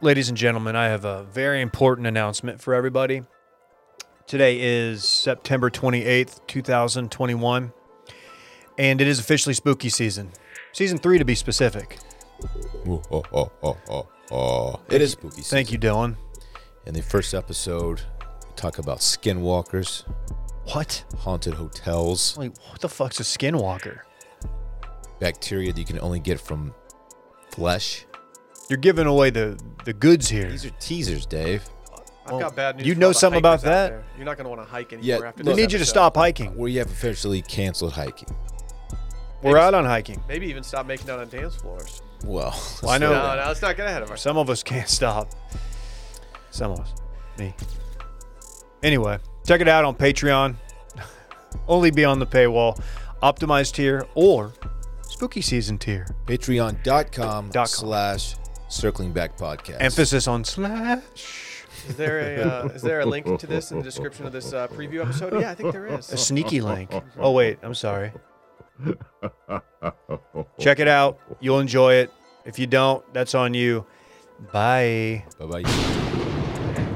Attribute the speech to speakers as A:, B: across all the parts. A: Ladies and gentlemen, I have a very important announcement for everybody. Today is September 28th, 2021, and it is officially spooky season. Season three, to be specific.
B: Ooh, oh, oh, oh, oh, oh. It is spooky season.
A: Thank you, Dylan.
B: In the first episode, we talk about skinwalkers,
A: What?
B: haunted hotels,
A: Like, what the fuck's a skinwalker?
B: bacteria that you can only get from flesh.
A: You're giving away the, the goods here.
B: These are teasers, Dave.
C: I've
A: Well,
C: got bad news.
A: you
C: for
A: know
C: all the
A: something about
C: hikers out
A: that?
C: there. You're not going to want to hike anymore
B: Yeah,
C: after
A: We
C: this.
B: look-
A: need you to
C: episode.
A: stop hiking.
B: We have officially canceled hiking.
A: We're out on hiking.
C: Maybe even stop making out on dance floors.
B: Well,
A: Well, I know.
C: No, no, let's not get ahead of ourselves.
A: Some of us can't stop. Some of us. Me. Anyway, check it out on Patreon. Only be on the paywall. Optimized tier or spooky season tier.
B: patreon.com
A: com.
B: slash circling back podcast.
A: Emphasis on slash.
C: Is there a uh, is there a link to this in the description of this uh, preview episode? Yeah, I think there
A: A
C: is.
A: sneaky link. Oh, wait. I'm sorry. Check it out. You'll enjoy it. If you don't, that's on you. Bye.
B: Bye bye.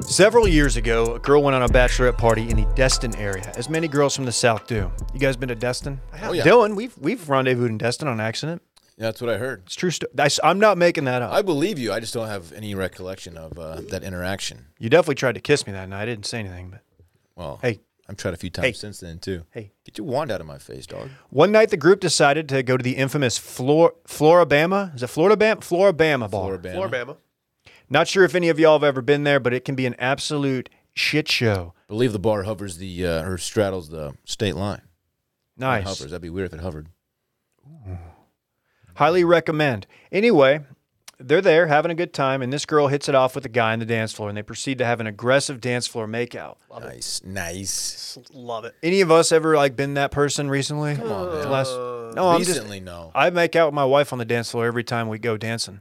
A: Several years ago, a girl went on a bachelorette party in the Destin area, as many girls from the South do. You guys been to Destin?
B: Oh, yeah.
A: Dylan, we've we've rendezvoused in Destin on accident.
B: That's what I heard.
A: It's true. Sto- I, s- I'm not making that up.
B: I believe you. I just don't have any recollection of uh, that interaction.
A: you definitely tried to kiss me that night. I didn't say anything, but
B: Well,
A: hey,
B: I've tried a few times
A: Hey.
B: since then, too.
A: Hey.
B: Get your wand out of my face, dog.
A: one night the group decided to go to the infamous Flor- Florabama. Is it Florida Florabama bar.
B: Floribama.
C: Alabama.
A: Not sure if any of y'all have ever been there, but it can be an absolute shit show.
B: believe the bar hovers the uh, or straddles the state line. It
A: Nice.
B: Hovers. That'd be weird if it hovered.
A: Highly recommend. Anyway, they're there having a good time, and this girl hits it off with a guy on the dance floor, and they proceed to have an aggressive dance floor makeout.
B: Nice, nice.
C: Love it.
A: Any of us ever like been that person recently? Come
B: on, man.
C: Uh,
A: no, Oh, I'm just.
B: Recently, no.
A: I make out with my wife on the dance floor every time we go dancing.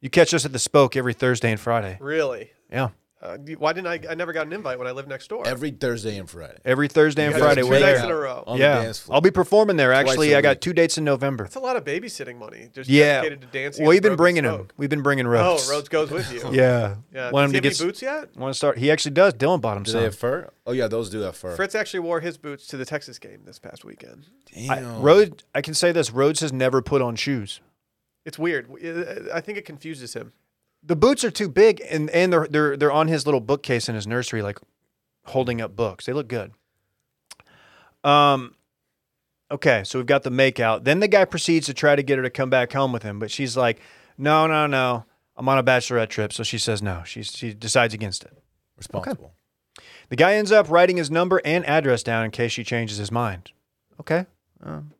A: You catch us at the Spoke every Thursday and Friday.
C: Really?
A: Yeah,
C: Uh, you- why didn't I? I never got an invite when I lived next door.
B: Every Thursday and Friday.
A: every Thursday and
C: guys
A: Friday
C: are
A: we're
C: two nights
A: there.
C: in a row.
B: On
A: yeah,
B: the dance floor.
A: I'll be performing there. Actually,
B: a
A: I got
B: week.
A: two dates in November.
C: That's a lot of babysitting money. Just
A: Yeah,
C: dedicated to dancing.
A: well, we've
C: and
A: been
C: broken
A: bringing him.
C: smoke.
A: We've been bringing Rhodes.
C: Oh, Rhodes goes with you.
A: Yeah, Want him
C: Yeah. Does he
A: to
C: have any
A: get
C: boots yet?
A: Want to start? He actually does. Dylan bought him
B: do
A: some.
B: they have fur? Oh yeah, those do have fur.
C: Fritz actually wore his boots to the Texas game this past weekend.
B: Damn.
A: I, Rhodes, I can say this: Rhodes has never put on shoes.
C: It's weird. Uh, I- I think it confuses him.
A: The boots are too big, and and they're they're they're on his little bookcase in his nursery, like holding up books. They look good. Um, okay, so we've got the makeout. Then the guy proceeds to try to get her to come back home with him, but she's like, "No, no, no, I'm on a bachelorette trip," so she says no. She she decides against it.
B: Responsible.
A: The guy ends up writing his number and address down in case she changes his mind. Okay,
B: Oh.
A: um,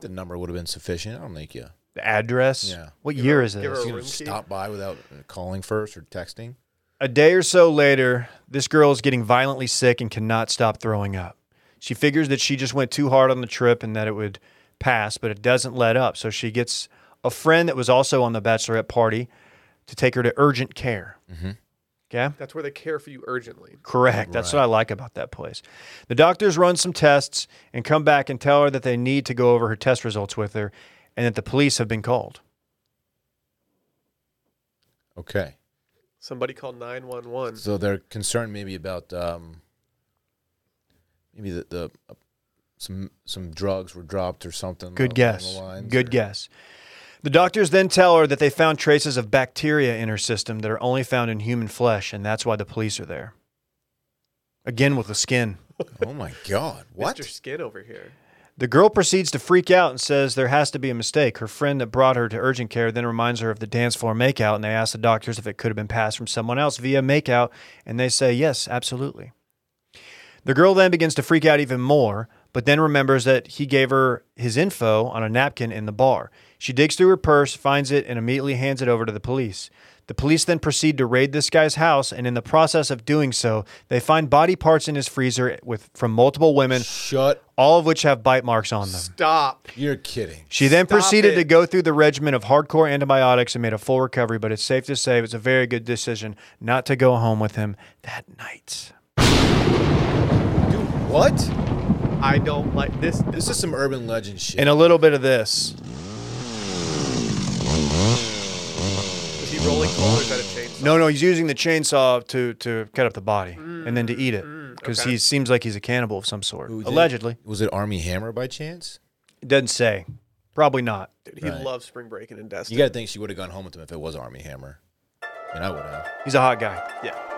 B: The number would have been sufficient. I don't think you.
A: the address.
B: Yeah.
A: What year
C: her-
A: is this?
C: give her
B: You
C: room
B: gonna
C: key?
B: stop by without uh, calling first or texting.
A: A day or so later, this girl is getting violently sick and cannot stop throwing up. She figures that she just went too hard on the trip and that it would pass, but it doesn't let up. So she gets a friend that was also on the bachelorette party to take her to urgent care. Okay.
C: That's where they care for you urgently.
A: Correct. That's what I like about that place. The doctors run some tests and come back and tell her that they need to go over her test results with her and that the police have been called.
B: Okay.
C: Somebody called 911.
B: So they're concerned maybe about um, maybe the, the uh, some some drugs were dropped or something.
A: Good
B: along
A: guess.
B: The lines,
A: Good
B: or-
A: guess. The doctors then tell her that they found traces of bacteria in her system that are only found in human flesh, and that's why the police are there. Again with the skin.
B: Oh my God! What?
C: Mr. Skin over here.
A: The girl proceeds to freak out and says there has to be a mistake. Her friend that brought her to urgent care then reminds her of the dance floor makeout, and they ask the doctors if it could have been passed from someone else via makeout, and they say yes, absolutely. The girl then begins to freak out even more, but then remembers that he gave her his info on a napkin in the bar. She digs through her purse, finds it, and immediately hands it over to the police. The police then proceed to raid this guy's house, and in the process of doing so, they find body parts in his freezer with from multiple women,
B: Shut!
A: all of which have bite marks on them.
C: Stop.
B: You're kidding.
A: She then
C: Stop
A: proceeded to
C: it.
A: go through the regimen of hardcore antibiotics and made a full recovery, but it's safe to say it was a very good decision not to go home with him that night.
B: Dude, what?
C: I don't like this.
B: This is some urban legend shit.
A: And a little bit of this.
C: Is he rolling coal or is that a chainsaw?
A: No, no, he's using the chainsaw to to cut up the body and then to eat it because
C: Mm, okay.
A: he seems like he's a cannibal of some sort.
B: Who did it?
A: Allegedly,
B: Was it Army Hammer by chance?
A: it doesn't say. Probably not.
C: Dude, he
B: Right.
C: loves spring breaking and
B: You
C: Destin.
B: got to think she would have gone home with him if it was Army Hammer. And I would have.
A: He's a hot guy.
C: yeah.